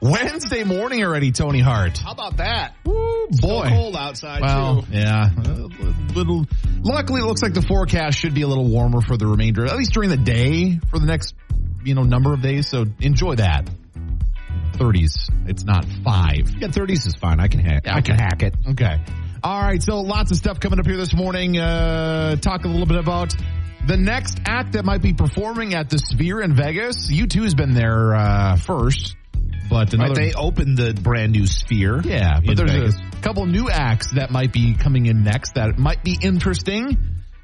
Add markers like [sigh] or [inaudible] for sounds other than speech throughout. Wednesday morning already, Tony Hart. How about that? Woo, Still boy. cold outside Well, too. yeah, a little. Luckily, it looks like the forecast should be a little warmer for the remainder, at least during the day for the next, you know, number of days. So enjoy that. 30s. It's not five. Yeah, 30s is fine. I can hack. I can hack it. Okay. All right. So lots of stuff coming up here this morning. Uh, talk a little bit about the next act that might be performing at the Sphere in Vegas. You two has been there uh, first, but another. Right, they opened the brand new Sphere. Yeah, but in there's Vegas. a couple new acts that might be coming in next that might be interesting.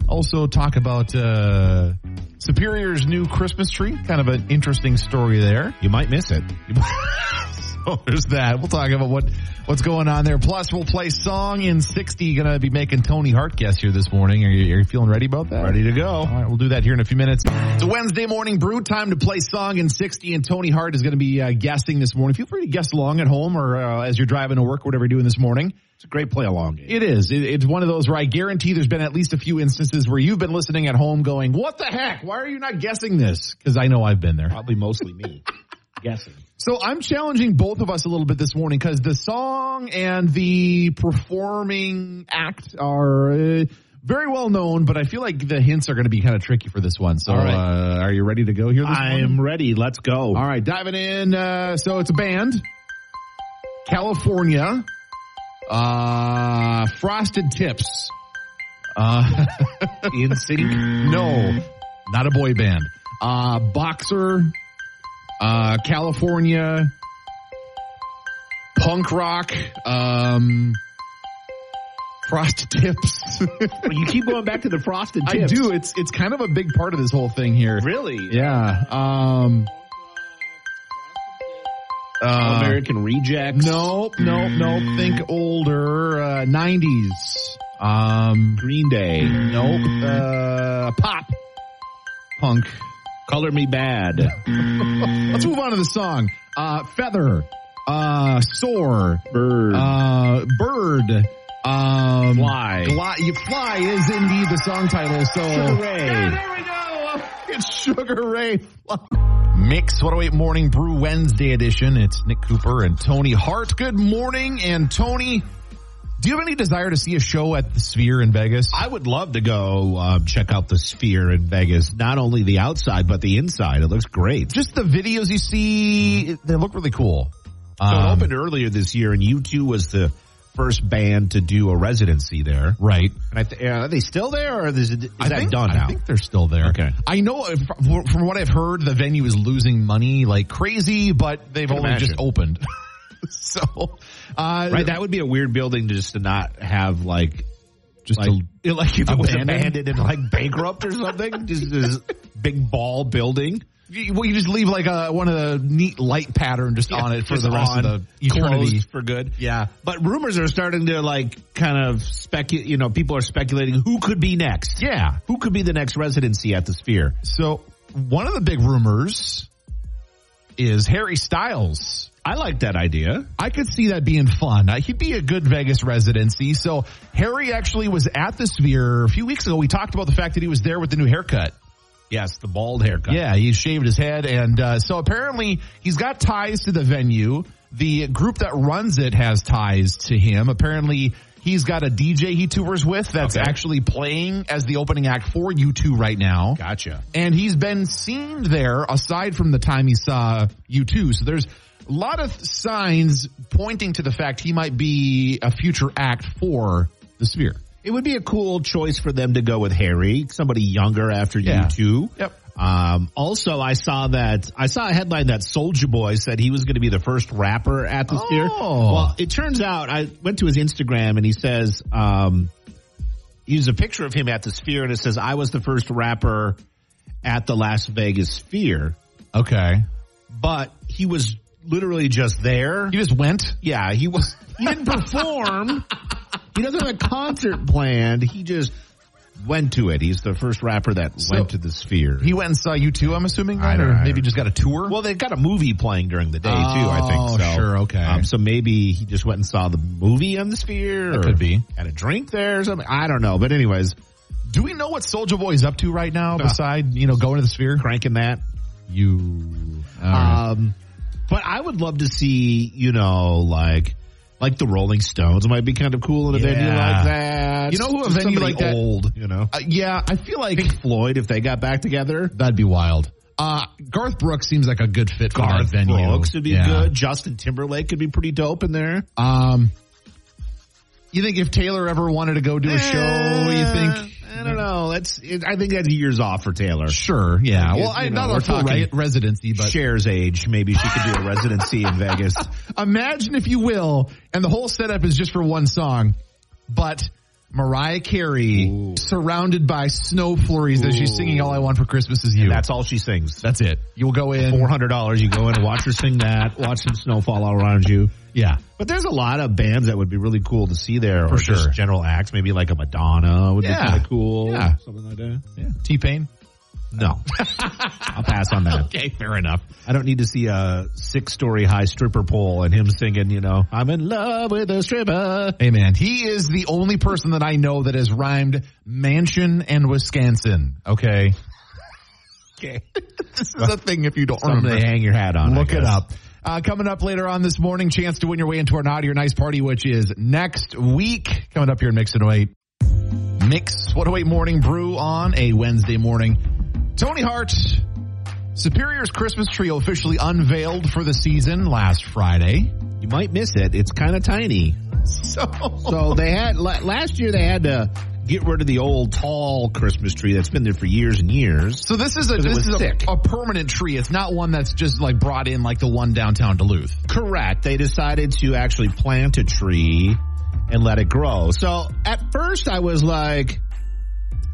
Also, talk about uh, Superior's new Christmas tree. Kind of an interesting story there. you might miss it. [laughs] so there's that. We'll talk about what what's going on there. Plus, we'll play song in sixty. Going to be making Tony Hart guess here this morning. Are you, are you feeling ready about that? Ready to go. All right, we'll do that here in a few minutes. It's a Wednesday morning brew time to play song in 60, and Tony Hart is going to be uh, guessing this morning. Feel free to guess along at home or uh, as you're driving to work, whatever you're doing this morning. It's a great play along game. It is. It, it's one of those where I guarantee there's been at least a few instances where you've been listening at home going, What the heck? Why are you not guessing this? Because I know I've been there. Probably [laughs] mostly me guessing. So I'm challenging both of us a little bit this morning because the song and the performing act are uh, very well known, but I feel like the hints are going to be kind of tricky for this one. So All right. uh, are you ready to go here this I morning? am ready. Let's go. All right, diving in. Uh, so it's a band, California, uh, Frosted Tips. Uh, [laughs] In sync. no, not a boy band. Uh, boxer, uh, California, punk rock, um, frost tips. [laughs] you keep going back to the frosted I tips. do. It's it's kind of a big part of this whole thing here. Really? Yeah. Um, uh, American Rejects. nope, nope, nope. Think older, uh, 90s. Um, Green Day. nope. Uh, pop. Punk. Color Me [laughs] Bad. Let's move on to the song. Uh, feather, uh, soar, Bird. uh, bird, um, Fly. Gli- you fly is indeed the song title. So Sugar Ray. Yeah, there we go. [laughs] It's Sugar Ray. [laughs] Mix 108 Morning Brew Wednesday edition. It's Nick Cooper and Tony Hart. Good morning, and Tony. Do you have any desire to see a show at the Sphere in Vegas? I would love to go um, check out the Sphere in Vegas. Not only the outside, but the inside. It looks great. Just the videos you see, they look really cool. So Um, it opened earlier this year, and U2 was the first band to do a residency there. right. And I th- are they still there, or is, it, is that think, done I now? think they're still there. Okay. I know uh, fr- from what I've heard, the venue is losing money like crazy, but they've Can only imagine. just opened. [laughs] so, uh, right, that would be a weird building to just to not have like just like, to, [laughs] like if it was abandoned. abandoned and like bankrupt or something. [laughs] just this big ball building. You, well, you just leave like a one of the neat light pattern just on it for Just the rest on, of the eternity. closed for good. Yeah. But rumors are starting to like kind of speculate. You know, people are speculating who could be next. Yeah. Who could be the next residency at the Sphere? So one of the big rumors is Harry Styles. I like that idea. I could see that being fun. Uh, he'd be a good Vegas residency. So Harry actually was at the Sphere a few weeks ago. We talked about the fact that he was there with the new haircut. Yes, the bald haircut. Yeah, he shaved his head, and uh, so apparently he's got ties to the venue. The group that runs it has ties to him. Apparently, he's got a DJ he tours with that's Okay. actually playing as the opening act for U2 right now Gotcha. and he's been seen there aside from the time he saw you 2 So there's a lot of signs pointing to the fact he might be a future act for the Sphere. It would be a cool choice for them to go with Harry, somebody younger after Yeah. you two. Yep. Um, also, I saw that I saw a headline that Soldier Boy said he was going to be the first rapper at the Sphere. Oh. Well, it turns out I went to his Instagram and he says um, he used a picture of him at the Sphere and it says I was the first rapper at the Las Vegas Sphere, Okay. but he was literally just there. He just went. Yeah, he was. He didn't perform. [laughs] he doesn't have a concert planned. He just went to it. He's the first rapper that went to the Sphere. He went and saw you 2 I'm assuming, I right? don't Or know. maybe just got a tour. well, they've got a movie playing during the day too. I Oh, think so. sure, okay. Um, so maybe he just went and saw the movie on the Sphere. or could be. Had a drink there or something. I don't know. But anyways, do we know what Soldier Boy is up to right Ah. now? Beside you know going to the Sphere, Uh, cranking that. you. Um, But I would love to see, you know, like like the Rolling Stones might be kind of cool in a venue Yeah. like that. You know who a Just venue somebody like that- old, you know, Uh, yeah, I feel like Pink Floyd if they got back together. that'd be wild. Uh, Garth Brooks seems like a good fit for that venue. Brooks would be Yeah. good. Justin Timberlake could be pretty dope in there. Um, you think if Taylor ever wanted to go do a show, you think? Eh, I don't know. That's it, I think that's years off for Taylor. Sure, yeah. You Well, I, know, not we're our full talking- re- residency, but Cher's age, maybe she could do a residency in [laughs] Vegas. imagine if you will, and the whole setup is just for one song, but Mariah Carey surrounded by snow flurries as she's singing "All I Want for Christmas Is You." That's all she sings. that's it. You will go in. Four hundred dollars. You go in and watch her sing that. Watch some snowfall all around you. Yeah, But there's a lot of bands that would be really cool to see there, For or just sure. general acts. Maybe like a Madonna would Yeah. be kind of cool. Yeah. something like that. Yeah. T Pain. No, [laughs] I'll pass on that. Okay, fair enough. I don't need to see a six-story high stripper pole and him singing. You know, I'm in love with a stripper. Hey man, he is the only person that I know that has rhymed mansion and Wisconsin. Okay. Okay, [laughs] This is a thing if you don't something to remember. hang your hat on. I Look it guess. up. Uh, coming up later on this morning, chance to win your way into our naughty or nice party, which is next week. Coming up here in Mix and 08. Mix 108 Morning Brew on a Wednesday morning. Tony Hart, Superior's Christmas Trio officially unveiled for the season last Friday. [laughs] You might miss it. It's kind of tiny. So, So they had la- last year. They had to get rid of the old tall Christmas tree that's been there for years and years. so this is a it this was is a, thick. a permanent tree. It's not one that's just like brought in like the one downtown Duluth. Correct. They decided to actually plant a tree and let it grow. So at first I was like,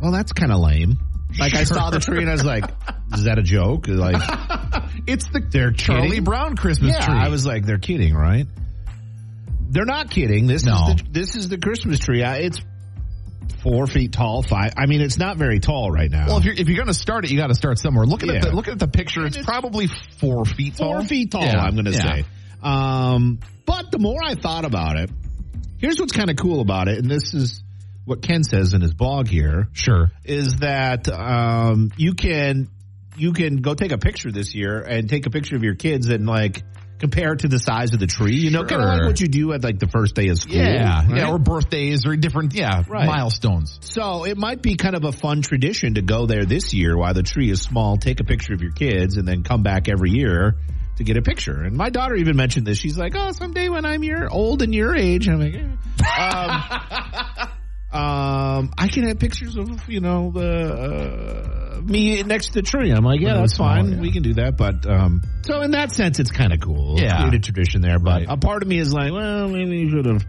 well, that's kind of lame. Like I saw the tree and I was [laughs] like, is that a joke? Like It's the they're Charlie kidding? Brown Christmas yeah, tree. I was like, they're kidding, right? They're not kidding. This No. is the, this is the Christmas tree. I, it's four feet tall. Five. I mean, it's not very tall right now. Well, if you're if you're going to start it, you got to start somewhere. Looking at Yeah. the looking at the picture, it's, it's- probably four feet tall. four feet tall. Yeah, I'm going to yeah. say. Um, but the more I thought about it, here's what's kind of cool about it, and this is what Ken says in his blog here Sure. is that um, you can you can go take a picture this year and take a picture of your kids and like compare it to the size of the tree. You know, kind of like Sure. what you do at like the first day of school. Yeah. right? Yeah. Or birthdays or different. Yeah. Right. Milestones. So it might be kind of a fun tradition to go there this year while the tree is small, take a picture of your kids, and then come back every year to get a picture. And my daughter even mentioned this. She's like, "Oh, someday when I'm your old and your age, I'm like, eh. um, [laughs] um, I can have pictures of you know the uh, me next to the tree." I'm like, "Yeah, it was that's fine. small, yeah. We can do that." But um, so in that sense, it's kind of cool. It's Yeah. created a tradition there. But Right. a part of me is like, "Well, maybe you should have."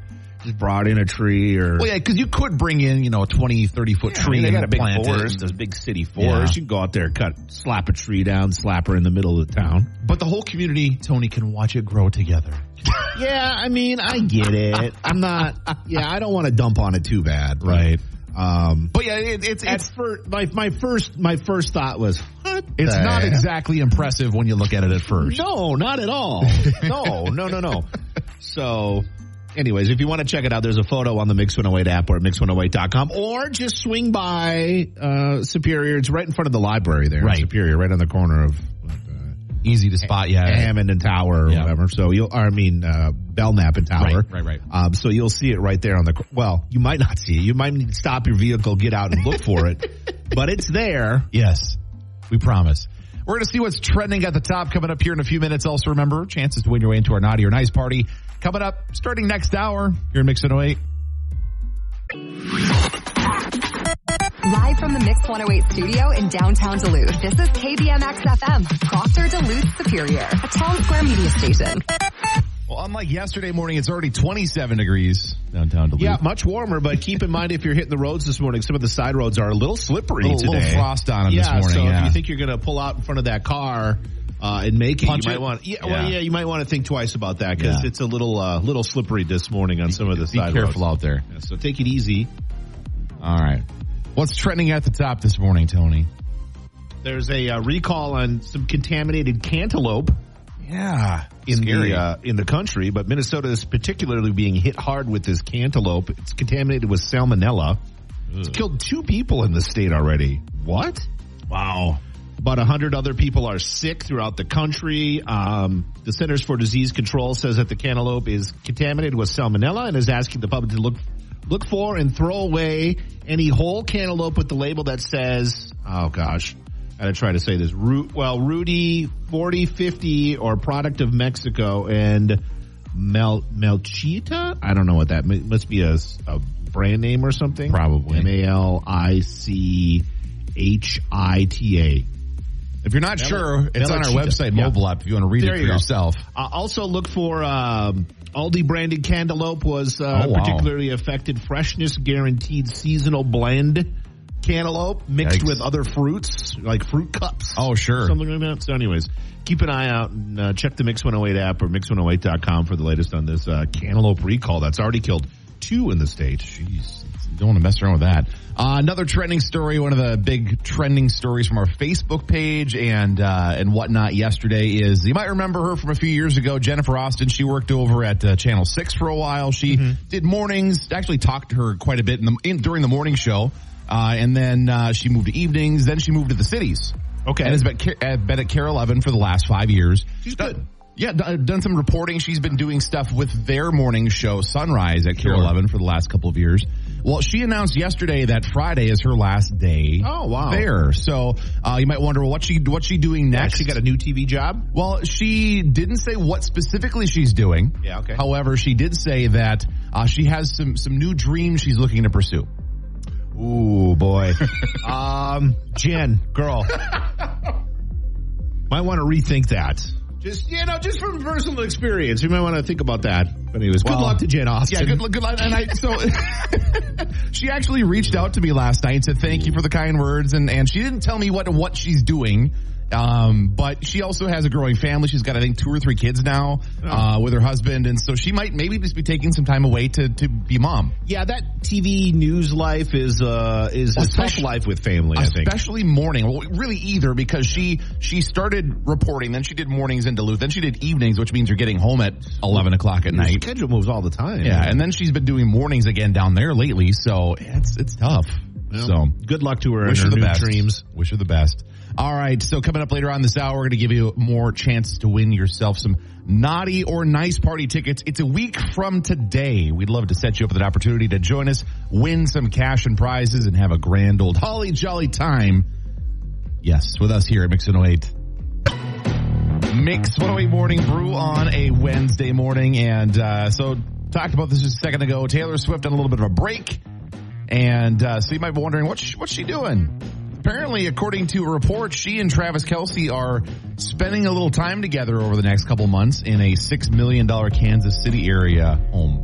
Just brought in a tree or Well, yeah, because you could bring in you know a 20, 30 foot yeah, I tree mean, they and got a big plant forest, it. a big city forest. You can go out there, cut, slap a tree down, slap her in the middle of the town. But the whole community, Tony, can watch it grow together. Yeah, I mean, I get [laughs] it. I'm not. Yeah, I don't want to dump on it too bad, right? Um, But yeah, it, it's at it's first, my my first my first thought was, what? it's the not heck? exactly impressive when you look at it at first. No, not at [laughs] all. No, no, no, no. So, anyways, if you want to check it out, there's a photo on the Mix 108 app or at mix108.com, or just swing by uh, Superior. It's right in front of the library there, in Right. Superior, right on the corner of uh, Easy to spot. Yeah. Hammond and Tower or Yeah. whatever. So you'll, or, I mean, uh, Belknap and Tower. Right, right, right. Um, so you'll see it right there on the. cor- Well, you might not see it. You might need to stop your vehicle, get out, and look [laughs] for it. But it's there. Yes, we promise. We're going to see what's trending at the top coming up here in a few minutes. Also, remember, chances to win your way into our naughty or nice party coming up starting next hour here in oh Mix 108. Live from the Mix 108 studio in downtown Duluth, this is KBMX FM, Proctor Duluth Superior, a town square media station. Well, unlike yesterday morning, it's already 27 degrees downtown Duluth. Yeah, much warmer, but keep in mind if you're hitting the roads this morning, some of the side roads are a little slippery a little, today. little frost on 'em yeah, this morning. so yeah. if you think you're going to pull out in front of that car uh, and make it, Punch you might it? want yeah, Well, Yeah. yeah, you might want to think twice about that because Yeah. it's a little uh, little slippery this morning on some of the be side careful roads. out there. Yeah, so take it easy. All right. What's trending at the top this morning, Tony? There's a uh, recall on some contaminated cantaloupe Yeah. in the uh, in the country, but Minnesota is particularly being hit hard with this cantaloupe. It's contaminated with salmonella. It's killed two people in the state already. What? wow. About 100 other people are sick throughout the country. Um, the Centers for Disease Control says that the cantaloupe is contaminated with salmonella and is asking the public to look look for and throw away any whole cantaloupe with the label that says, oh gosh, I gotta try to say this. Root, well, Rudy 4050 or product of Mexico and Mel, Melchita? I don't know what that m- must be a, s- a brand name or something. Probably. M A L I C H I T A. If you're not sure, it's on our Melachita. website, Yeah. mobile app, if you want to read There it you for go. yourself. Uh, also, look for um, Aldi branded cantaloupe was uh, Oh, wow. particularly affected. Freshness guaranteed seasonal blend cantaloupe mixed Yikes. with other fruits like fruit cups. Oh, sure. Something like that. So, anyways, keep an eye out and uh, check the Mix 108 app or Mix108.com for the latest on this uh, cantaloupe recall that's already killed two in the state. Jeez, don't want to mess around with that. Uh, another trending story, one of the big trending stories from our Facebook page and uh, and whatnot yesterday is you might remember her from a few years ago, Jennifer Austin. She worked over at uh, Channel Six for a while. She Mm-hmm. did mornings. Actually, talked to her quite a bit in the in, during the morning show, uh, and then uh, she moved to evenings. Then she moved to the cities. Okay. and has been, ca- uh, been at Care Eleven for the last five years. She's Done- good. Yeah, d- uh, done some reporting. She's been doing stuff with their morning show, Sunrise, at Care Sure. 11 for the last couple of years. Well, she announced yesterday that Friday is her last day. Oh, wow. There, so uh, you might wonder well, what she what's she doing next? Actually, got a new TV job. Well, she didn't say what specifically she's doing. Yeah, okay. However, she did say that uh, she has some some new dreams she's looking to pursue. Ooh, [laughs] boy. um, Jen, [laughs] girl. might want to rethink that. Just, you know, just from personal experience, you might want to think about that. But anyways, Well, good luck to Jen Austin. Yeah, good luck. Good luck. And I, so [laughs] she actually reached out to me last night and said, thank you for the kind words. And, and she didn't tell me what, what she's doing. Um, but she also has a growing family. She's got, I think, two or three kids now, uh, with her husband. And so she might maybe just be taking some time away to, to be mom, Yeah, that TV news life is, uh, is a tough Especially- life with family, I think. especially morning. Well, really either because she, she started reporting, then she did mornings in Duluth, then she did evenings, which means you're getting home at 11 o'clock at Your night. schedule moves all the time. Yeah, and then she's been doing mornings again down there lately, so it's it's tough. so so good luck to her and wish her, her the new best. dreams. Wish her the best. All right, so coming up later on this hour, we're going to give you more chances to win yourself some naughty or nice party tickets. It's a week from today. We'd love to set you up with an opportunity to join us, win some cash and prizes, and have a grand old holly jolly time. Yes, with us here at Mix 108. Mix 108 Morning Brew on a Wednesday morning. And uh, so, talked about this just a second ago. Taylor Swift on a little bit of a break. And uh, so, you might be wondering, what's she, what's she doing? Apparently, according to a report, she and Travis Kelsey are spending a little time together over the next couple months in a $6 million Kansas City area home.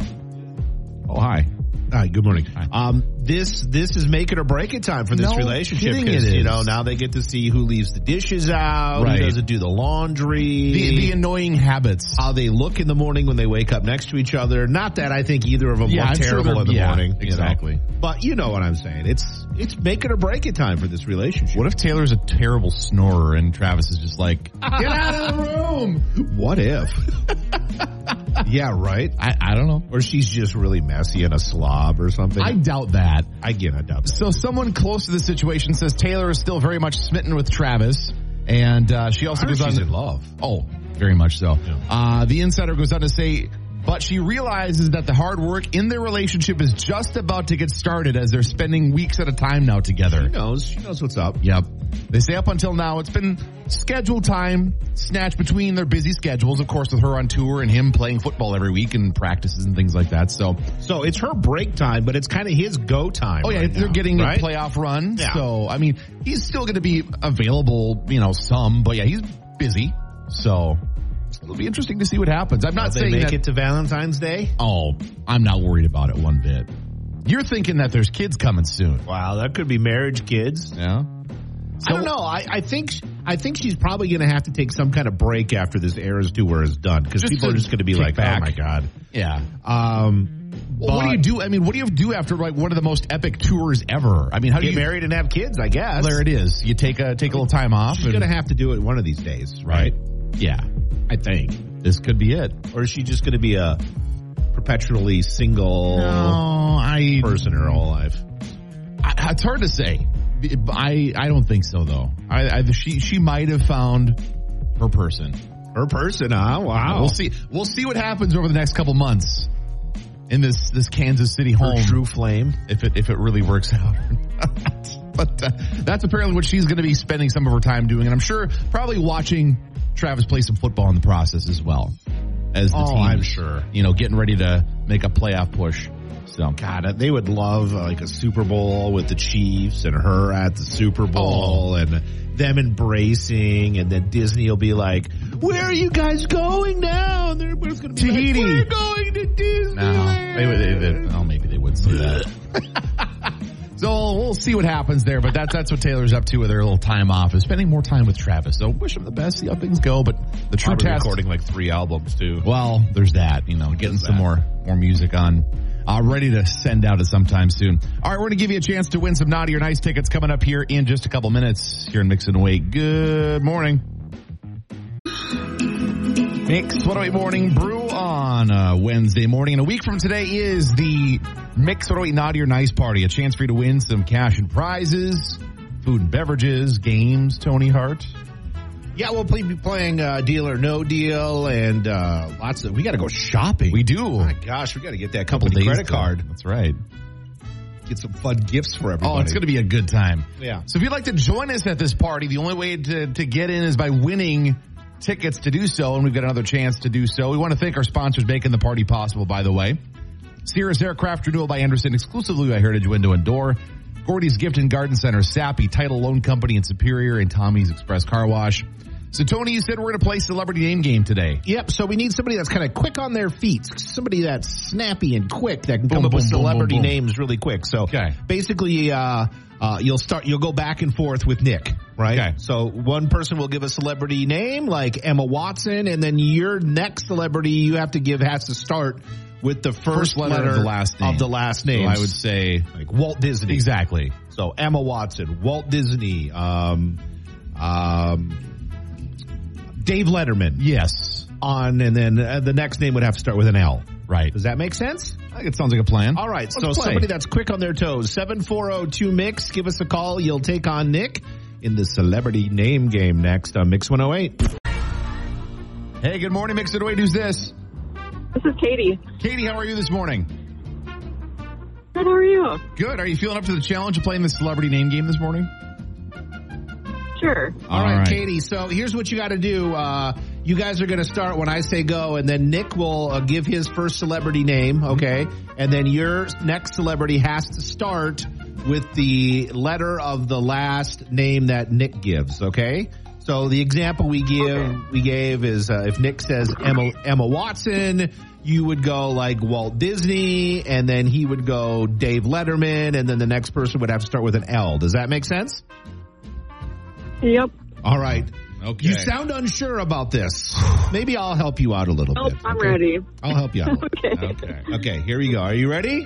Oh, hi. All right, good morning. Um, this this is make it or break it time for this No relationship kidding 'cause, it you is. know now they get to see who leaves the dishes out, Right. who doesn't do the laundry, The, the annoying habits. how they look in the morning when they wake up next to each other. Not that I think either of them Yeah, look I'm sure terrible they're- in the yeah, morning, you know. exactly. But you know what I'm saying? It's it's make it or break it time for this relationship. What if Taylor's a terrible snorer and Travis is just like, get out of the [laughs] room? What if? yeah, right. I, I don't know. Or she's just really messy and a slob or something. I doubt that. again, I doubt. that. So someone close to the situation says Taylor is still very much smitten with Travis, and uh, she also I heard goes on. she's to- in love. Oh, very much so. Yeah. Uh, the insider goes on to say, but she realizes that the hard work in their relationship is just about to get started as they're spending weeks at a time now together. She knows. She knows what's up. Yep. They say up until now it's been scheduled time, snatched between their busy schedules, of course, with her on tour and him playing football every week and practices and things like that. So, So it's her break time, but it's kind of his go time. Oh yeah, right they're now, getting right? a playoff run. Yeah. So I mean, he's still going to be available, you know, some. But yeah, he's busy. So it'll be interesting to see what happens. I'm Will not They saying make that. it to Valentine's Day. oh, I'm not worried about it one bit. You're thinking that there's kids coming soon. Wow, that could be marriage, kids. Yeah. I don't know. I, I think I think she's probably going to have to take some kind of break after this era's tour is done because Just people are to just going to be kick like, back. "Oh my god." Yeah. Um, Well, what do but you do? I mean, what do you do after like one of the most epic tours ever? I mean, how do Get you married and have kids, I guess. There it is. You take a take a little time off. she's and- going to have to do it one of these days, right? yeah. I think. This could be it. Or is she just going to be a perpetually single I person her whole life? I, it's hard to say I I don't think so though. I, I she she might have found her person. Her person, huh? Wow. We'll see. We'll see what happens over the next couple months in this this Kansas City Her home. true flame. If it if it really works out. [laughs] or not. but uh, that's apparently what she's going to be spending some of her time doing, and I'm sure probably watching Travis play some football in the process as well as the Oh, team. I'm sure. You know, getting ready to make a playoff push. So God, they would love uh, like a Super Bowl with the Chiefs and her at the Oh. Super Bowl and them embracing, and then Disney will be like, "Where are you guys going now?" And they're just going to be like, Tahiti. "We're going to Disney." No, they would. They, they, well, maybe they would say that. [laughs] so we'll see what happens there. But that's that's what Taylor's up to with her little time off is spending more time with Travis. So wish him the best. See how things go. But the true Probably task. recording like three albums too. Well, there's that. You know, getting some that. more more music on. Uh, ready to send out at sometime soon. All right, we're going to give you a chance to win some naughty or nice tickets coming up here in just a couple minutes here in Mix and Wake. Good morning. Mix Throwaway Morning Brew on uh, Wednesday morning. And a week from today is the Mix Throwaway Naughty or Nice Party. A chance for you to win some cash and prizes, food and beverages, games, Tony Hart. Yeah, we'll play, be playing uh, Deal or No Deal, and uh, lots of. We got to go shopping. We do. My gosh, we got to get that company credit card. That's right. Get some fun gifts for everybody. Oh, it's going to be a good time. Yeah. So if you'd like to join us at this party, the only way to, to get in is by winning tickets to do so, and we've got another chance to do so. We want to thank our sponsors making the party possible, by the way. Cirrus Aircraft Renewal by Anderson, exclusively by Heritage Window and Door. Gordy's Gift and Garden Center, Sappy, Title Loan Company in Superior, and Tommy's Express Car Wash. So Tony, you said we're going to play Celebrity Name Game today. Yep. So we need somebody that's kind of quick on their feet, somebody that's snappy and quick that can come Boom, up with boom, boom, celebrity boom, boom. names really quick. So Okay. basically, uh, uh, you'll start, you'll go back and forth with Nick, right? Okay. So one person will give a celebrity name like Emma Watson, and then your next celebrity you have to give has to start with the first, First letter of the last name. Of the last So name. I would say like Walt Disney. exactly. So Emma Watson, Walt Disney, um, um, Dave Letterman Yes. on, and then uh, the next name would have to start with an L. Right. Does that make sense? I think it sounds like a plan. All right, so Let's play. somebody that's quick on their toes, 7402 Mix, give us a call. You'll take on Nick in the celebrity name game next on Mix 108. Hey, good morning, Mix It Away. Who's this? This is Katie. Katie, how are you this morning? Good, how are you? Good. Are you feeling up to the challenge of playing the celebrity name game this morning? Sure. All right, right. Katie, so here's what you got to do. Uh, you guys are going to start when I say go, and then Nick will uh, give his first celebrity name, okay? And then your next celebrity has to start with the letter of the last name that Nick gives, okay? So the example we give we gave is uh, if Nick says Emma Emma Watson, you would go like Walt Disney, and then he would go Dave Letterman, and then the next person would have to start with an L. Does that make sense? Yep. All right. Okay. You sound unsure about this. Maybe I'll help you out a little Nope, bit. I'm okay? ready. [laughs] I'll help you out. a little bit. Okay. okay. Okay, here we go. Are you ready?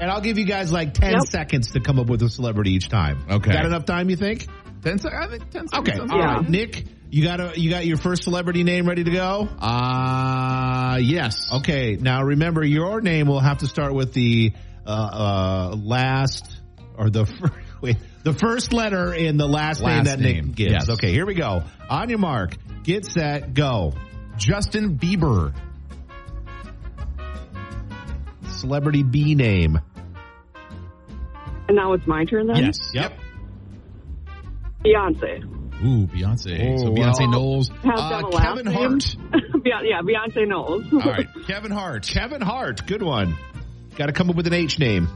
And I'll give you guys like 10 Yep. seconds to come up with a celebrity each time. Okay. Got enough time, you think? Ten sec- I think ten Okay. seconds. All sounds right, Yeah. Nick, you got a, you got your first celebrity name ready to go? Uh yes. Okay. Now remember your name will have to start with the uh, uh, last or the fir- [laughs] wait, the first letter in the last, name Last that name, Nick gives. yes. Okay, here we go. On your mark, get set, go. Justin Bieber, celebrity B name. And now it's my turn then? Yes. Yep. Beyonce. ooh Beyonce. Oh, so Beyonce wow. Knowles, How's Uh, that a last Kevin name? Hart. [laughs] Be- yeah, Beyonce Knowles. All right, Kevin Hart. Kevin Hart, good one. Got to come up with an H name.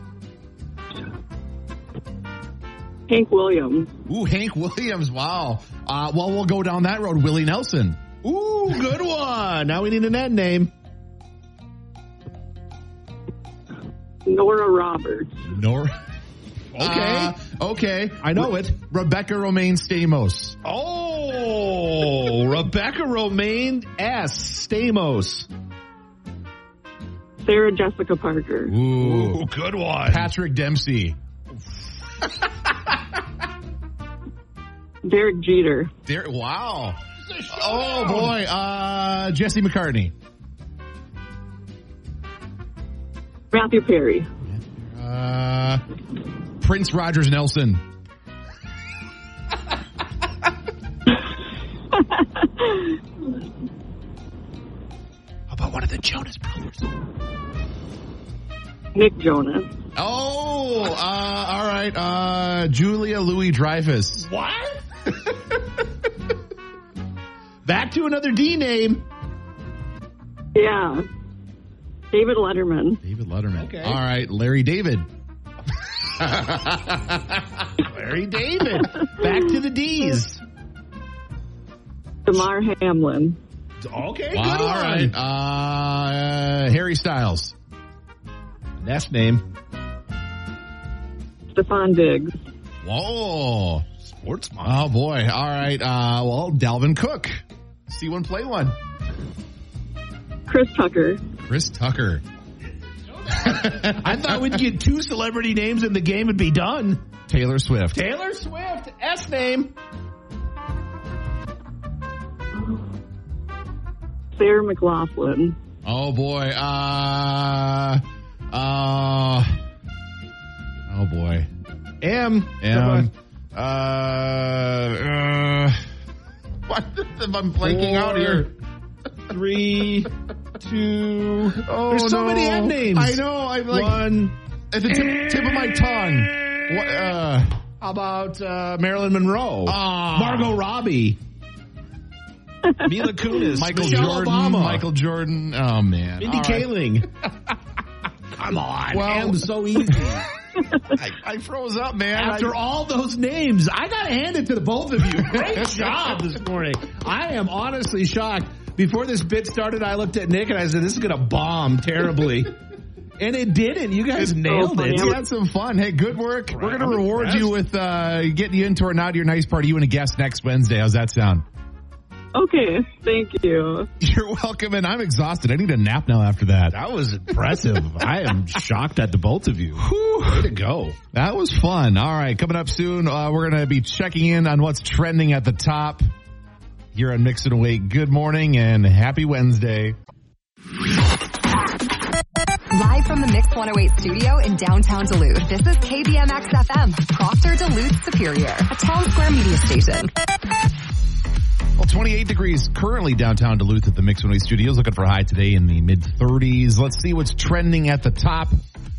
Hank Williams. Ooh Hank Williams. Wow. Uh, well, we'll go down that road. Willie Nelson. Ooh, good one. Now we need an N name. Nora Roberts. [laughs] Nor. Okay. okay. I know it. Rebecca Romaine Stamos. Oh, Rebecca Romaine S. Stamos. Sarah Jessica Parker. Ooh. good one. Patrick Dempsey. Derek Jeter. There. Wow. Oh boy. Uh, Jesse McCartney. Matthew Perry. Uh, Prince Rogers Nelson. one of the Jonas Brothers. Nick Jonas. Oh, uh, all right. Uh, Julia Louis Dreyfus. [laughs] What? Back to another D name. Yeah. David Letterman. David Letterman. Okay. All right, Larry [laughs] David. Larry David. Back to the D's. Damar Hamlin. Okay, Wow, good all one. right. Uh, Harry Styles. Last name. Stefan Diggs. Whoa. Sports Oh, boy. All right. Uh, well, Dalvin Cook. See one, play one. Chris Tucker. Chris Tucker. I thought we'd get two celebrity names and the game would be done. Taylor Swift. Taylor Swift, S name. Sarah McLaughlin. Oh, boy. Uh, uh, oh, boy. M. M. Uh, [laughs] uh, what? I'm blanking out here. Three, two. Oh, There's so no. many M names. I know. I'm like one. at the tip, tip of my tongue. What, uh, How about uh, Marilyn Monroe? ah. Margot Robbie. Mila Kunis. Michael Michelle Jordan. Obama. Michael Jordan. Oh man. Mindy All right. [laughs] Kaling. Come on. Well- M's so easy. I, I froze up, man. After all those names, I got to hand it to the both of you. [laughs] Great job this morning. I am honestly shocked. Before this bit started, I looked at Nick and I said, this is going to [laughs] bomb terribly. and it didn't. You guys nailed funny. it. I, we had some fun. Hey, good work. We're gonna I'm reward you with uh, getting you into our Now to Your Nice party. You and a guest next Wednesday. How's that sound? Okay. Thank you. [laughs] You're welcome. And I'm exhausted. I need a nap now after that. That was impressive. I am shocked at the both of you. Way to go. That was fun. All right, coming up soon, uh, we're going to be checking in on what's trending at the top here on Mix and Awake. Good morning and happy Wednesday. Live from the Mix 108 studio in downtown Duluth, this is KBMX FM, Proctor Duluth Superior, a town square media station. Well, 28 degrees currently downtown Duluth at the Mix and Awake Studios. Looking for a high today in the mid 30s. Let's see what's trending at the top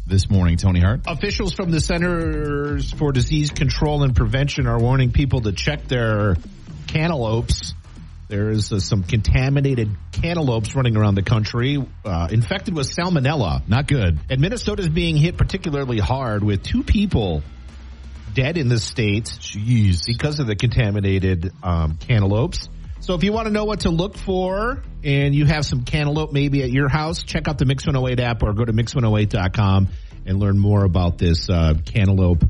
this morning, Tony Hart. Officials from the Centers for Disease Control and Prevention are warning people to check their cantaloupes. There is uh, some contaminated cantaloupes running around the country, uh, infected with salmonella. Not good. And Minnesota is being hit particularly hard with two people dead in the state. Jeez. Because of the contaminated um, cantaloupes. So if you want to know what to look for and you have some cantaloupe maybe at your house, check out the Mix 108 app or go to mix108.com and learn more about this uh, cantaloupe.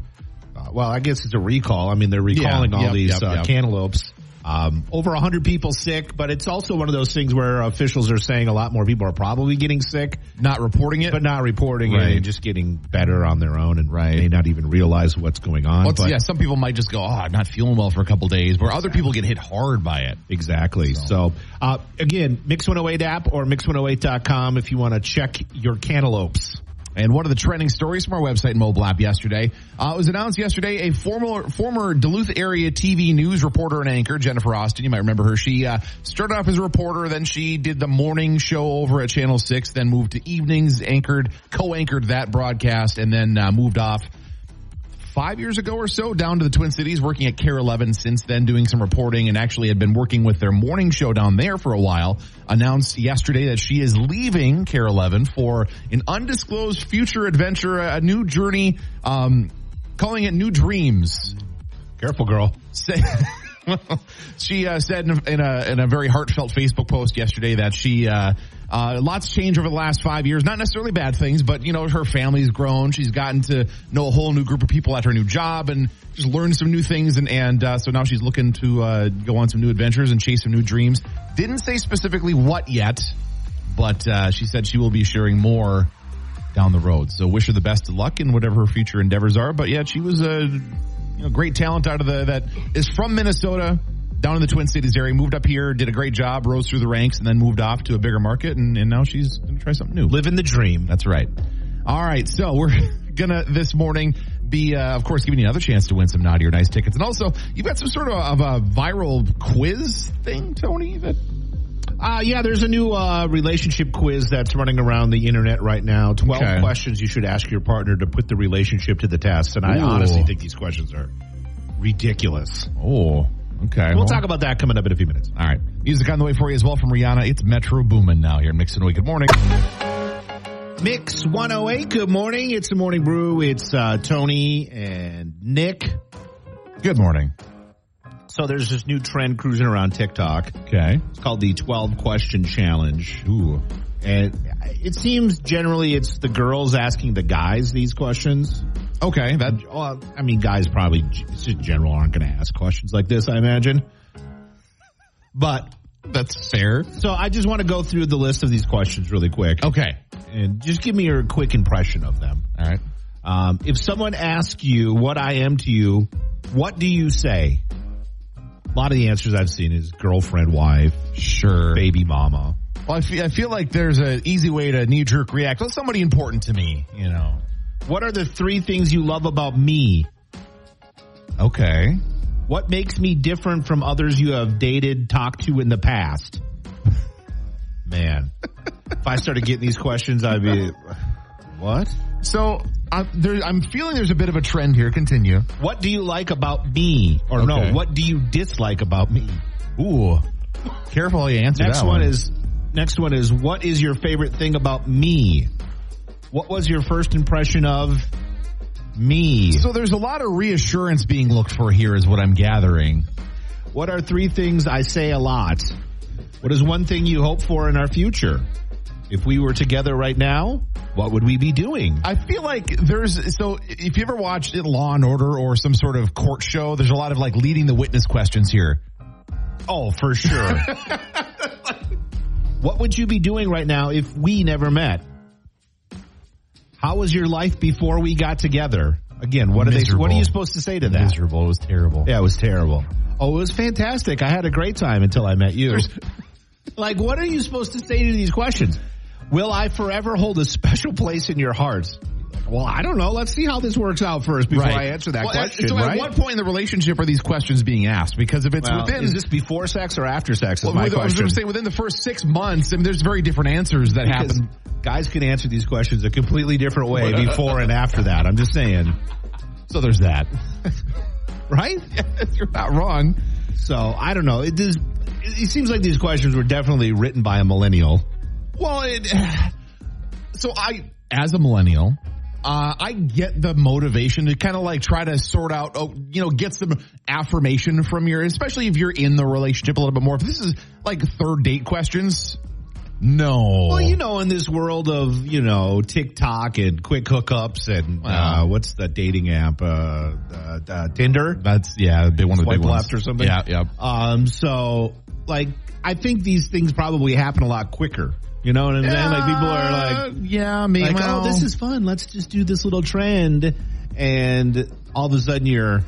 Uh, well, I guess it's a recall. I mean, they're recalling Yeah, all yep, these yep, uh, yep. cantaloupes. Um, over 100 people sick, but it's also one of those things where officials are saying a lot more people are probably getting sick Not reporting it. but not reporting it Right. and just getting better on their own and Right. may not even realize what's going on. Well, it's- but yeah, some people might just go, oh, I'm not feeling well for a couple days, where other people get hit hard by it. Exactly. So, uh, again, Mix 108 app or Mix108.com if you want to check your cantaloupes. And one of the trending stories from our website and mobile app yesterday, uh, it was announced yesterday a former former Duluth area TV news reporter and anchor Jennifer Austin, you might remember her. She uh, started off as a reporter, then she did the morning show over at Channel Six, then moved to evenings, anchored, co-anchored that broadcast, and then uh, moved off five years ago or so down to the Twin Cities, working at Care 11 since then, doing some reporting and actually had been working with their morning show down there for a while. Announced yesterday that she is leaving Care 11 for an undisclosed future adventure, a new journey, um, calling it New Dreams. Careful, girl. Say- [laughs] she uh, said in a, in a in a very heartfelt Facebook post yesterday that she uh, uh, lots changed over the last five years. Not necessarily bad things, but you know her family's grown. She's gotten to know a whole new group of people at her new job and just learned some new things. And and uh, so now she's looking to uh, go on some new adventures and chase some new dreams. Didn't say specifically what yet, but uh, she said she will be sharing more down the road. So wish her the best of luck in whatever her future endeavors are. But yeah, she was a you know, great talent out of the that is from Minnesota, down in the Twin Cities area. Moved up here, did a great job, rose through the ranks, and then moved off to a bigger market. And, and now she's going to try something new. Living the dream. That's right. All right. So we're [laughs] gonna this morning be, uh, of course, giving you another chance to win some naughty or nice tickets, and also you've got some sort of, of a viral quiz thing, Tony. That Uh, yeah, there's a new uh, relationship quiz that's running around the internet right now. Twelve Okay. questions you should ask your partner to put the relationship to the test. And I Ooh. honestly think these questions are ridiculous. Oh, okay. We'll well- talk about that coming up in a few minutes. All right. Music on the way for you as well from Rihanna. It's Metro Boomin now here. Mixing away. Good morning. Mix 108. Good morning. It's the morning brew. It's uh, Tony and Nick. Good morning. So there's this new trend cruising around TikTok. Okay. It's called the 12 question challenge. Ooh. And it seems generally it's the girls asking the guys these questions. Okay. That That, well, I mean, guys probably it's just general aren't going to ask questions like this, I imagine. But that's fair. so I just want to go through the list of these questions really quick Okay. and just give me your quick impression of them. All right. Um, if someone asks you what I am to you, what do you say? A lot of the answers I've seen is girlfriend, wife, Sure. baby mama. Well, I feel, I feel like there's an easy way to knee jerk react. Well, somebody important to me, you know. What are the three things you love about me? Okay. What makes me different from others you have dated, talked to in the past? [laughs] Man, if I started getting these questions, I'd be, [laughs] what? So I, there, I'm feeling there's a bit of a trend here. Continue. What do you like about me? Or Okay. no, what do you dislike about me? Ooh. Careful how you answer Next that one is, next one is, what is your favorite thing about me? What was your first impression of me? So there's a lot of reassurance being looked for here, is what I'm gathering. What are three things I say a lot? What is one thing you hope for in our future? If we were together right now, what would we be doing? I feel like there's so if you ever watched Law and Order or some sort of court show, there's a lot of like leading the witness questions here. Oh, [laughs] for sure. what would you be doing right now if we never met? How was your life before we got together? Again, what are they? What are Miserable. you supposed to say to that? Miserable, it was terrible. Yeah, it was terrible. Oh, it was fantastic. I had a great time until I met you. [laughs] like, what are you supposed to say to these questions? Will I forever hold a special place in your hearts? Well, I don't know. Let's see how this works out first before I answer that Well, question. So at right? what point in the relationship are these questions being asked? Because if it's Well, within is this before sex or after sex? Is Well, my with- I was question. going to say within the first six months, I mean, there's very different answers that Because happen. guys can answer these questions a completely different way before and after that. I'm just saying. So there's [laughs] that. Right? [laughs] You're not wrong. So I don't know. It does. It it seems like these questions were definitely written by a millennial. Well, it, [sighs] so I, as a millennial, uh, I get the motivation to kind of like try to sort out, oh, you know, get some affirmation from your, especially if you're in the relationship a little bit more. If this is like third date questions, no. Well, you know, in this world of you know TikTok and quick hookups and uh, Wow. what's the dating app, uh, uh, uh, Tinder, that's yeah, a big one of the Swipe big ones. left or something? Yeah, yeah. Um, so like, I think these things probably happen a lot quicker. You know what I'm saying? Like people are like, Uh, yeah, me. like, well, oh, this is fun. Let's just do this little trend, and all of a sudden you're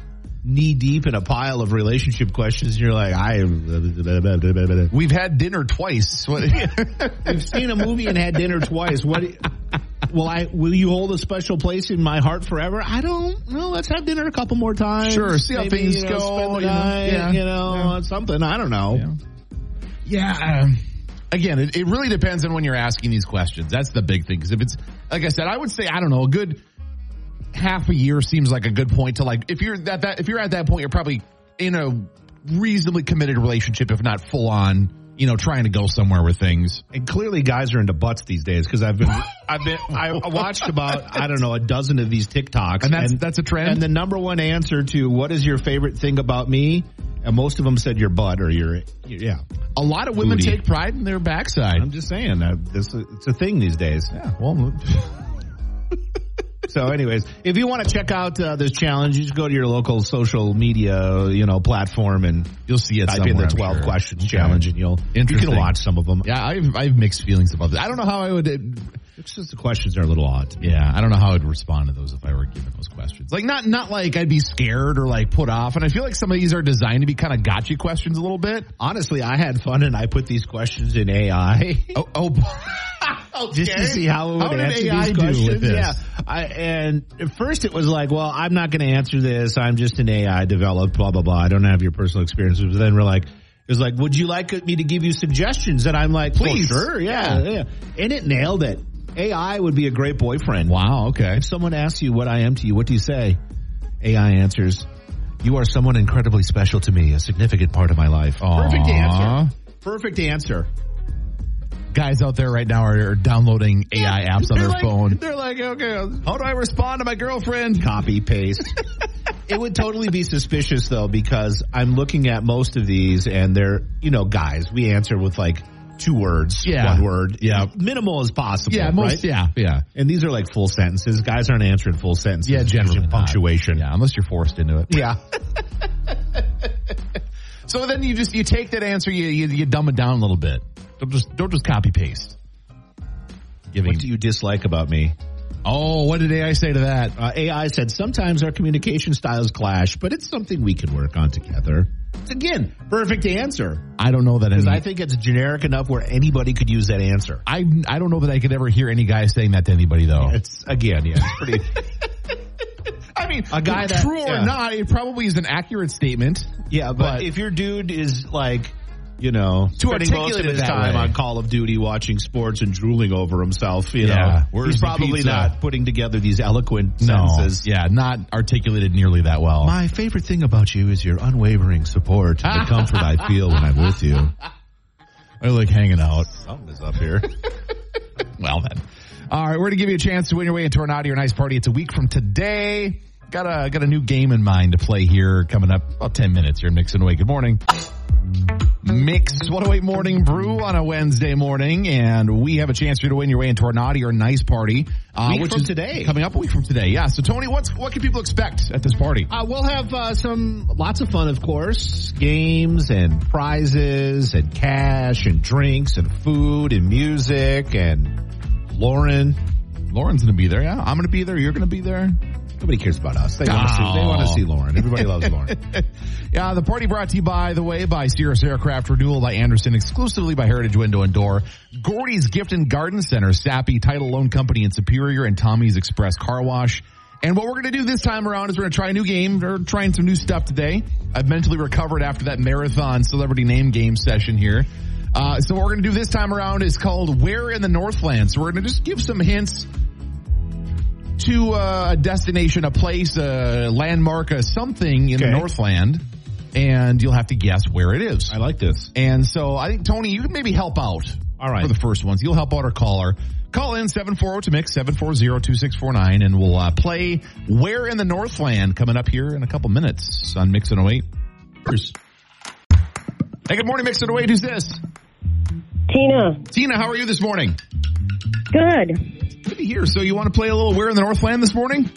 knee deep in a pile of relationship questions. And you're like, I. We've We've had dinner twice. What- [laughs] seen a movie and had dinner twice. What? Will I? Will you hold a special place in my heart forever? I don't know. Let's have dinner a couple more times. Sure, see how things you go, know, Spend the you know, night, yeah, you know, yeah. something. I don't know. Yeah. Um, again, it, it really depends on when you're asking these questions. That's the big thing. Because if it's, like I said, I would say, I don't know, a good half a year seems like a good point to like, if you're that, that if you're at that point, you're probably in a reasonably committed relationship, if not full on, you know, trying to go somewhere with things. And clearly, guys are into butts these days because I've been, I've been, I watched about I don't know a dozen of these TikToks, And that's, that's a trend. And the number one answer to what is your favorite thing about me, and most of them said your butt or your yeah. a lot of women Booty. take pride in their backside. I'm just saying that this it's a thing these days. yeah. Well, [laughs] So, anyways, if you want to check out uh, this challenge, you just go to your local social media you know platform and you'll see it type in somewhere, the I'm 12 sure. questions Okay. challenge, and you'll you Interesting. can watch some of them. Yeah, I've, I've mixed feelings about this. I don't know how I would, It's just the questions are a little odd. to me. Yeah, I don't know how I'd respond to those if I were given those questions. Like not not like I'd be scared or like put off. And I feel like some of these are designed to be kind of gotcha questions a little bit. Honestly, I had fun and I put these questions in [laughs] AI. Oh, oh [laughs] just to see how it would How did answer AI these do questions. with this? Yeah, I, and at first it was like, well, I'm not going to answer this. I'm just an AI developed, blah blah blah. I don't have your personal experiences. But then we're like, was like, "Would you like me to give you suggestions?" And I'm like, Please. "For sure, yeah, yeah, And it nailed it. AI would be a great boyfriend. Wow. Okay. If someone asks you what I am to you, what do you say? AI answers, "You are someone incredibly special to me, a significant part of my life." Perfect Aw. answer. Perfect answer. Guys out there right now are, are downloading AI apps on They're their like- phone. They're like, "Okay, How do I respond to my girlfriend? [laughs] copy paste. it would totally be suspicious though because I'm looking at most of these and they're you know guys we answer with like two words, Yeah. one word, Yeah. minimal as possible. Yeah. Most. right? Yeah. Yeah. And these are like full sentences. Guys aren't answering full sentences. Yeah, generally Using not. punctuation. Yeah. Unless you're forced into it. Yeah. [laughs] So then you just you take that answer, you you, you dumb it down a little bit. Don't just don't just copy paste. Giving. What do you dislike about me? oh, what did AI say to that? Uh, AI said sometimes our communication styles clash, but it's something we can work on together. It's again perfect answer I don't know that any. because I, I think it's generic enough where anybody could use that answer. I don't know that I could ever hear any guy saying that to anybody though. [laughs] It's again, yeah, it's pretty. I mean, A guy that- true or yeah. not, it probably is an accurate statement. Yeah, but, But- if your dude is like, you know, spending most articulate of it his that time way. on Call of Duty, watching sports, and drooling over himself, you Yeah. know, Where's he's the probably pizza? not putting together these eloquent sentences. yeah, not articulated nearly that well. My favorite thing about you is your unwavering support and [laughs] the comfort I feel when I'm with you. I like hanging out. Something is up here. Well then. All right, we're gonna give you a chance to win your way into an Audi or Nice party. It's a week from today. Got a got a new game in mind to play here coming up about ten minutes here. in Mix and away. Good morning. Mix 108 Morning Brew on a Wednesday morning, and we have a chance for you to win your way into our naughty or nice party, uh, Week which from is today. coming up a week from today. Yeah. So Tony, what's what can people expect at this party? Uh, we'll have uh, some lots of fun, of course, games and prizes and cash and drinks and food and music and Lauren. Lauren's gonna be there. Yeah, I'm gonna be there. You're gonna be there. Nobody cares about us. They want to see. They want to see Lauren. Everybody loves Lauren. Yeah, the party brought to you by the way by Cirrus Aircraft Renewal by Anderson, exclusively by Heritage Window and Door, Gordy's Gift and Garden Center, Sappy Title Loan Company in Superior, and Tommy's Express Car Wash. And what we're going to do this time around is we're going to try a new game. We're trying some new stuff today. I've mentally recovered after that marathon celebrity name game session here. Uh, so what we're going to do this time around is called Where in the Northlands. So we're going to just give some hints to uh, a destination, a place, a landmark, a something in the Okay. Northland, and you'll have to guess where it is. I like this. And so I think Tony, you can maybe help out. All right. For the first ones, you'll help out our caller. Call in 740 to mix 740-2649 and we'll uh, play Where in the Northland coming up here in a couple minutes on Mix 108. Hey, good morning, Mix 108. Who's this? Tina, Tina, how are you this morning? good. Good to hear. So you want to play a little Where in the Northland this morning?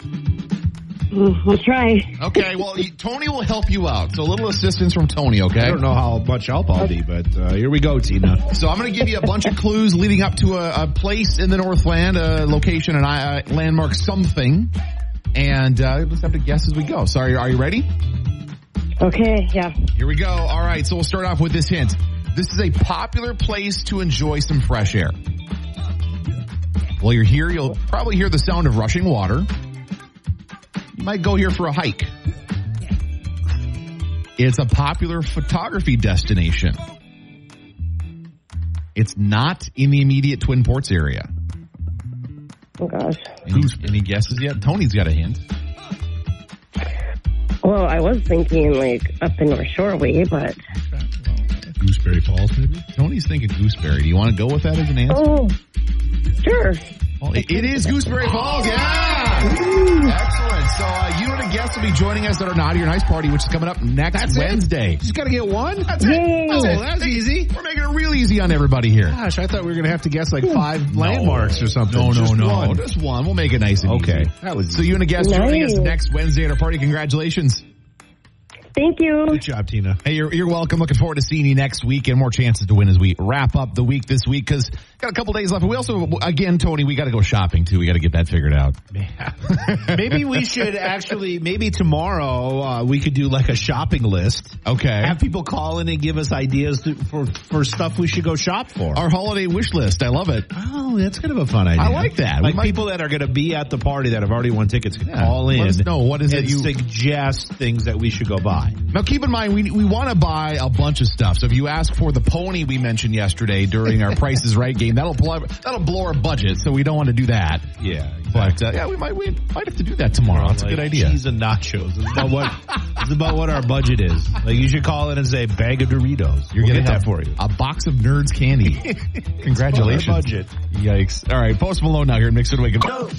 I'll try. Okay, well, you- Tony will help you out. So a little assistance from Tony, I okay? don't know how much help I'll be, but uh, here we go, Tina. So I'm going to give you a bunch of clues leading up to a, a place in the Northland, a location, and I a landmark, something. And uh, just have to guess as we go. Sorry, are you ready? Okay, yeah. Here we go. All right, so we'll start off with this hint. This is a popular place to enjoy some fresh air. While you're here, you'll probably hear the sound of rushing water. You might go here for a hike. It's a popular photography destination. It's not in the immediate Twin Ports area. Oh gosh. Any, any guesses yet? Tony's got a hint. Well, I was thinking like up in North Shore way, but Gooseberry Falls, maybe. Tony's thinking gooseberry. Do you want to go with that as an answer? oh, sure. Well, it- it is Gooseberry Falls, yeah! Excellent. So uh, you and a guest will be joining us at our Naughty or Nice party, which is coming up next That's it? Wednesday. Just gotta get one. That's Yay! [laughs] That's it. that was easy. We're making it real easy on everybody here. Gosh, I thought we were gonna have to guess like five landmarks or something. No, no, Just no. one. Just one. We'll make it nice and Okay. easy. That was So you and a guest joining us Nice. next Wednesday at our party. Congratulations. Thank you. Good job, Tina. Hey, you're, you're welcome. Looking forward to seeing you next week and more chances to win as we wrap up the week this week because got a couple days left. And we also, again, Tony, we got to go shopping too. We got to get that figured out. maybe we should actually, maybe tomorrow uh, we could do like a shopping list. Okay. Have people call in and give us ideas to, for for stuff we should go shop for. Our holiday wish list. I love it. oh, that's kind of a fun idea. I like that. We Like might- people that are going to be at the party that have already won tickets can call in. Let us know what is and it you suggest things that we should go buy. buy. Now, keep in mind, we, we want to buy a bunch of stuff. So if you ask for the pony we mentioned yesterday during our [laughs] Prices Right game, that'll blow, that'll blow our budget. So we don't want to do that. Yeah. But uh, yeah, we might we might have to do that tomorrow. That's a good idea. Cheese and nachos. It's about what, it's about what our budget is. Like you should call it and say bag of Doritos. You're We'll gonna get have a- for you. A box of nerds [laughs] candy. Congratulations. Our budget. Yikes. All right, Post Malone out here. Mix it wake up.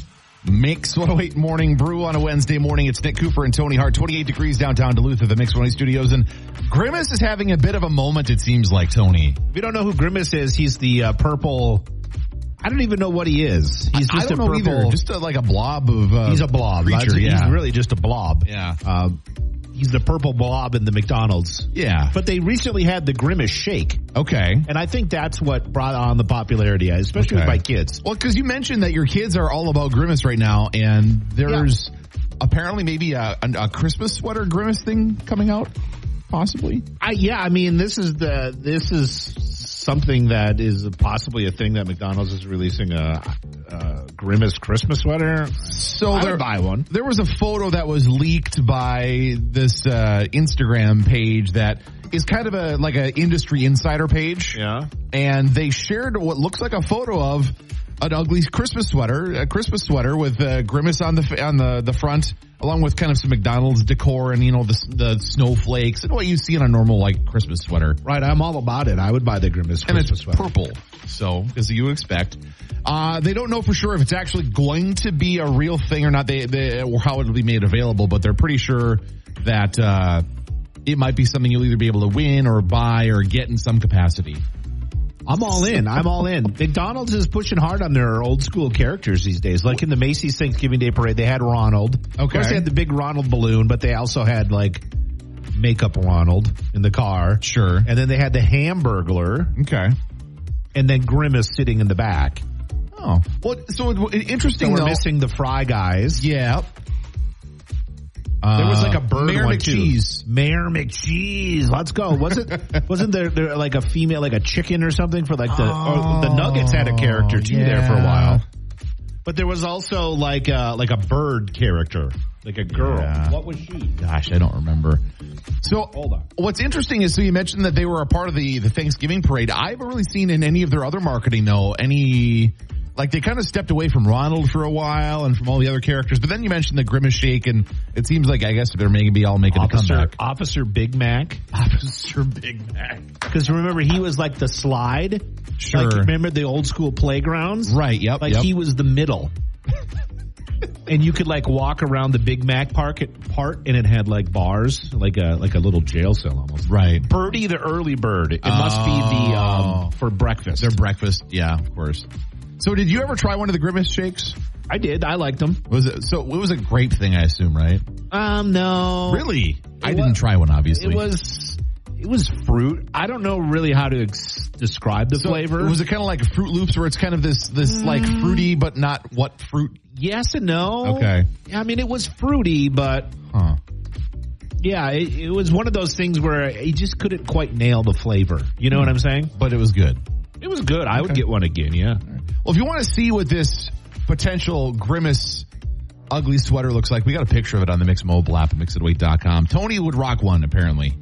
Mix 108 Morning Brew on a Wednesday morning. It's Nick Cooper and Tony Hart. 28 degrees downtown Duluth at the Mix 108 studios. And Grimace is having a bit of a moment, it seems like, Tony. If you don't know who Grimace is, he's the uh, purple. I don't even know what he is. He's I just don't a know purple. either. Just uh, like a blob of. Uh, he's a blob. Creature, That's- yeah. He's really just a blob. Yeah. Um, he's the purple blob in the McDonald's. yeah. But they recently had the Grimace Shake, Okay. and I think that's what brought on the popularity, especially Okay. by kids. Well, because you mentioned that your kids are all about Grimace right now, and there's apparently maybe a, a, a Christmas sweater Grimace thing coming out, possibly. I, yeah, I mean, this is the this is something that is possibly a thing that McDonald's is releasing a, a Grimace Christmas sweater. So I there, would buy one. there was a photo that was leaked by this uh, Instagram page that is kind of a like an industry insider page, Yeah. and they shared what looks like a photo of an ugly Christmas sweater, a Christmas sweater with uh, grimace on the f- on the the front, along with kind of some McDonald's decor and you know the s- the snowflakes and what you see in a normal like Christmas sweater. Right, I'm all about it. I would buy the Grimace and Christmas it's sweater. purple. So, as you would expect, uh, they don't know for sure if it's actually going to be a real thing or not. They, they or how it'll be made available, but they're pretty sure that uh, it might be something you'll either be able to win or buy or get in some capacity. I'm all in. I'm all in. McDonald's is pushing hard on their old school characters these days. Like in the Macy's Thanksgiving Day Parade, they had Ronald. Of course, Okay. they had the big Ronald balloon, but they also had like makeup Ronald in the car. Sure. And then they had the Hamburglar Okay. and then Grimace sitting in the back. Oh, well, so it, it- So interesting we're though. missing the Fry Guys. yeah. There was like a bird Uh, Mayor one McCheese. too. Mayor McCheese. Let's go. Was it? [laughs] wasn't there, there like a female, like a chicken or something for like the Oh, or the Nuggets had a character too there for a yeah. while. But there was also like a, like a bird character, like a girl. Yeah. What was she? Gosh, I don't remember. So Hold on. What's interesting is so you mentioned that they were a part of the the Thanksgiving parade. I haven't really seen in any of their other marketing though any like they kind of stepped away from Ronald for a while and from all the other characters. But then you mentioned the Grimace Shake, and it seems like I guess they're maybe all making a Officer comeback. Officer Big Mac. [laughs] Officer Big Mac. Because remember he was like the slide. Sure. Like, remember the old school playgrounds. Right? Yep. Like yep. he was the [laughs] middle. and you could like walk around the Big Mac park part and it had like bars, like a like a little jail cell almost. right. Birdie the early bird. It must be the Oh. um, for breakfast. Their breakfast. Yeah, of course. So did you ever try one of the Grimace Shakes? I did. I liked them. Was it so? It was a grape thing, I assume, right? Um, no. Really? I It didn't was- try one, obviously. It was it was fruit. I don't know really how to ex- describe the So flavor. Was it kind of like Fruit Loops, where it's kind of this this like fruity, but not what fruit? yes and no. Okay. I mean, it was fruity, but Huh. yeah, it, it was one of those things where you just couldn't quite nail the flavor. You know what I'm saying? But it was good. It was good. I would Okay. get one again. Yeah. Well, if you want to see what this potential grimace ugly sweater looks like, we got a picture of it on the Mix Mobile app at mixitweight.com. Tony would rock one, apparently.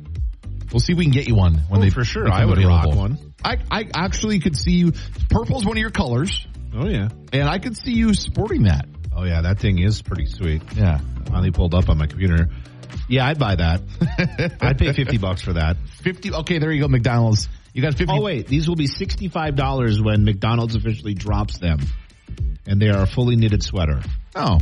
We'll see if we can get you one when Oh, they for sure. become I would available. rock one. I, I actually could see you. Purple's one of your colors, Oh yeah. and I could see you sporting that. Oh yeah. That thing is pretty sweet. Yeah. Finally pulled up on my computer. Yeah, I'd buy [laughs] that. I'd pay fifty bucks for that. 50. Okay, there you go, McDonald's. You got 50. Oh wait, these will be sixty-five dollars when McDonald's officially drops them, and they are a fully knitted sweater. Oh.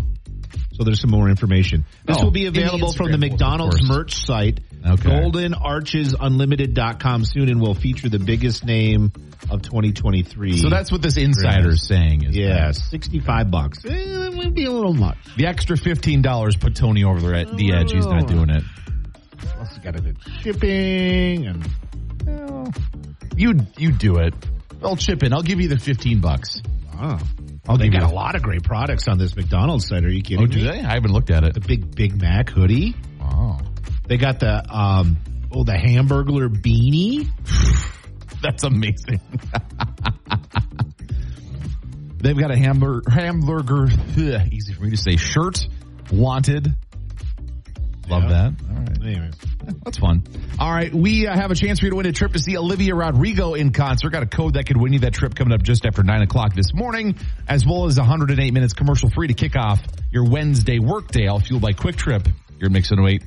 So there's some more information. This Oh, will be in the available from the Instagram, of McDonald's course. merch site, Okay. goldenarchesunlimited.com soon, and will feature the biggest name of 2023. So that's what this insider's saying. Is yeah, that 65 bucks. Eh, That would be a little much. The extra $15 put Tony over the, the edge. He's not doing it. Plus, got to do shipping and You you do it. I'll chip in. I'll give you the fifteen bucks. wow. I'll oh. They give got you a lot of great products on this McDonald's site. Are you kidding Oh, do me? they? I haven't looked at it. The big Big Mac hoodie. Oh, They got the um oh the hamburger beanie. [laughs] that's amazing. [laughs] They've got a hamburger hamburger ugh, easy for me to say shirt wanted. Love that. All right. Anyway. That's fun. All right, we uh, have a chance for you to win a trip to see Olivia Rodrigo in concert. Got a code that could win you that trip coming up just after nine o'clock this morning, as well as 108 minutes commercial free to kick off your Wednesday workday. All fueled by Quick Trip. You're mixing oh eight.